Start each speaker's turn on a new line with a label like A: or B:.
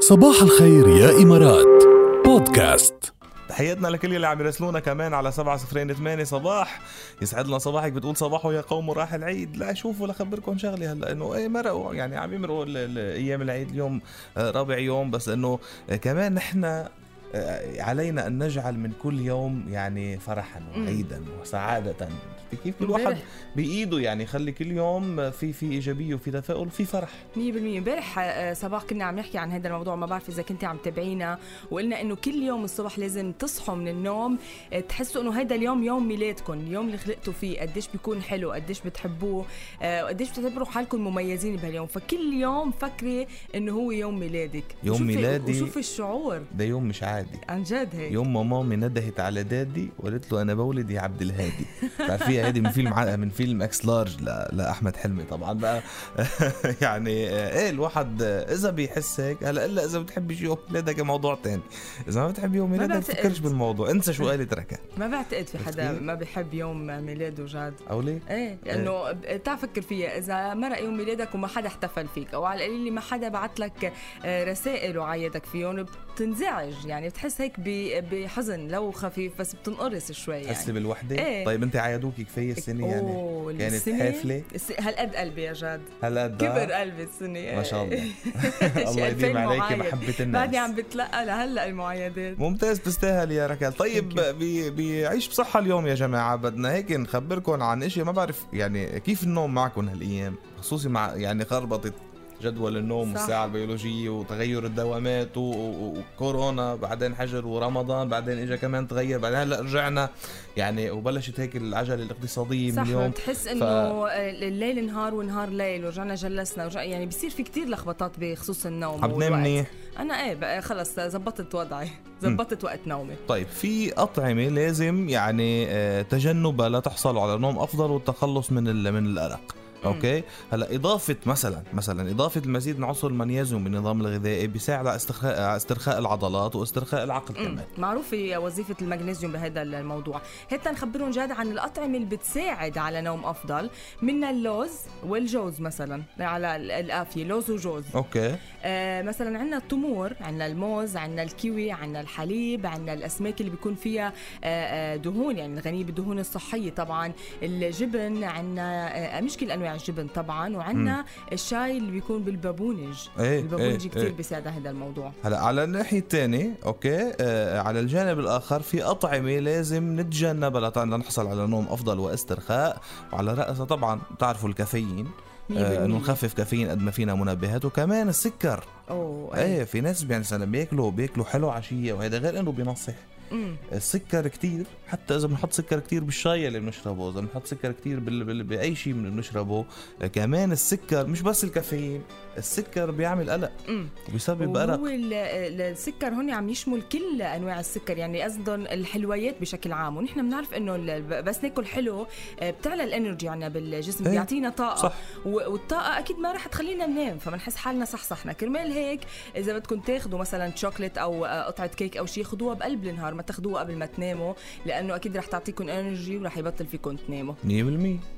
A: صباح الخير يا إمارات بودكاست
B: تحياتنا لكل اللي عم يراسلونا كمان على 708 صباح يسعد لنا صباحك بتقول صباحو يا قوم راح العيد لا شوفوا لخبركم شغله هلا انه ايه مرقوا يعني عم يمرقوا ال- ال- ايام العيد اليوم آه، رابع يوم بس انه آه، كمان نحن آه، علينا ان نجعل من كل يوم يعني فرحا
C: مم.
B: وعيدا وسعاده كيف كل واحد
C: امبارح
B: بايده يعني خلي كل يوم في في ايجابيه وفي تفاؤل وفي فرح
C: 100% امبارح آه، صباح كنا عم نحكي عن هذا الموضوع ما بعرف اذا كنت عم تابعينا وقلنا انه كل يوم الصبح لازم تصحوا من النوم آه، تحسوا انه هذا اليوم يوم ميلادكم اليوم اللي خلقتوا فيه قديش بيكون حلو قديش بتحبوه آه، وقديش بتعتبروا حالكم مميزين بهاليوم فكل يوم فكري انه هو يوم ميلادك
B: يوم
C: وشوفي-
B: ميلادي.
C: وشوفي الشعور
B: ده يوم مش عادي
C: عن جد هيك
B: يوم ما مامي ندهت على دادي وقالت له انا بولد يا عبد الهادي بتعرفيها هذه من فيلم ع- من فيلم اكس لارج ل- لاحمد حلمي طبعا بقى يعني آه، ايه الواحد آه، اذا بيحس هيك هلا الا اذا بتحبي يوم ميلادك موضوع تاني اذا ما بتحبي يوم
C: ما
B: ميلادك
C: بعتقد.
B: تفكرش بالموضوع انسى شو قالت ركا
C: ما بعتقد في حدا
B: عرفتي؟
C: ما بيحب يوم ميلاده جاد
B: او ليه
C: ايه لانه ب- تعال فكر فيها اذا مرق يوم ميلادك وما حدا احتفل فيك او على القليل ما حدا بعت لك آه، رسائل وعايدك فيهم بتنزعج يعني بتحس هيك ب- بحزن لو خفيف بس بتنقرص شوي
B: تحسي
C: يعني
B: بالوحده
C: إيه.
B: طيب انت عيدوكي كفايه السنه يعني
C: أوه،
B: كانت
C: السنة-
B: حافلة؟
C: الس- هالقد قلبي يا جاد
B: هلا ده-
C: كبر قلبي السنه
B: ما شاء الله الله
C: شقد
B: يديم
C: فيلم
B: عليكي
C: معايد.
B: محبه الناس
C: بعدني عم بتلقى لهلا المعايدات
B: ممتاز بتستاهل يا ركال طيب
C: Thank
B: بي- بيعيش بصحة اليوم يا جماعة بدنا هيك نخبركم عن اشي ما بعرف يعني كيف النوم معكم هالأيام خصوصي مع يعني خربطت جدول النوم
C: صح.
B: والساعة البيولوجية وتغير الدوامات و- و- وكورونا بعدين حجر ورمضان بعدين اجى كمان تغير بعدين هلا رجعنا يعني وبلشت هيك العجلة الاقتصادية من
C: صح
B: اليوم
C: بتحس انه الليل نهار ونهار ليل ورجعنا جلسنا ورجع يعني بصير في كتير لخبطات بخصوص النوم
B: عم تنام
C: والوقت.
B: منيح
C: انا ايه بقى خلص زبطت وضعي زبطت وقت نومي
B: طيب في أطعمة لازم يعني آه، تجنبها لتحصلوا على نوم أفضل والتخلص من ال- من الأرق
C: مم.
B: اوكي هلا اضافه مثلا مثلا اضافه المزيد من عنصر المغنيسيوم بالنظام الغذائي بيساعد على استرخاء على استرخاء العضلات واسترخاء العقل
C: مم.
B: كمان
C: معروفة وظيفة المغنيسيوم بهذا الموضوع هتا نخبرهم جاد عن الأطعمة اللي بتساعد على نوم أفضل منا اللوز والجوز مثلا على ال- القافية لوز وجوز
B: اوكي
C: آه مثلا عندنا التمور عندنا الموز عندنا الكيوي عندنا الحليب عندنا الاسماك اللي بيكون فيها آه آه، دهون يعني الغنيه بالدهون الصحيه طبعا الجبن عندنا آه مش كل انواع الجبن طبعا وعندنا الشاي اللي بيكون بالبابونج
B: إيه،
C: البابونج
B: إيه،
C: كثير
B: إيه.
C: بيساعد على هذا الموضوع
B: هلا على الناحيه الثانيه اوكي آه على الجانب الاخر في اطعمه لازم نتجنبها لت- لنحصل على نوم افضل واسترخاء وعلى راسها طبعا بتعرفوا الكافيين آه، انه
C: 100%
B: نخفف كافيين قد ما فينا منبهات وكمان السكر
C: اوه
B: ايه في ناس يعني مثلا بياكلوا بياكلوا حلو عشيه وهذا غير انه بينصح
C: أمم.
B: السكر كتير حتى اذا بنحط سكر كتير بالشاي اللي بنشربه اذا بنحط سكر كتير بال... بال... باي شيء من- بنشربه آه، كمان السكر مش بس الكافيين السكر بيعمل قلق
C: أمم.
B: وبيسبب
C: وهو
B: ارق
C: ال- ال- السكر هون عم يشمل كل انواع السكر يعني قصدهم الحلويات بشكل عام ونحن بنعرف انه ال- بس ناكل حلو آه، بتعلى الانرجي عنا بالجسم
B: إيه،
C: بيعطينا طاقه
B: صح
C: و- والطاقة أكيد ما رح تخلينا ننام فبنحس حالنا صحصحنا كرمال هيك إذا بدكم تاخذوا مثلا شوكليت أو آه، قطعة كيك أو شيء خذوها بقلب النهار ما تاخذوها قبل ما تناموا لأنه أكيد رح تعطيكم انرجي ورح يبطل فيكم تناموا
B: 100%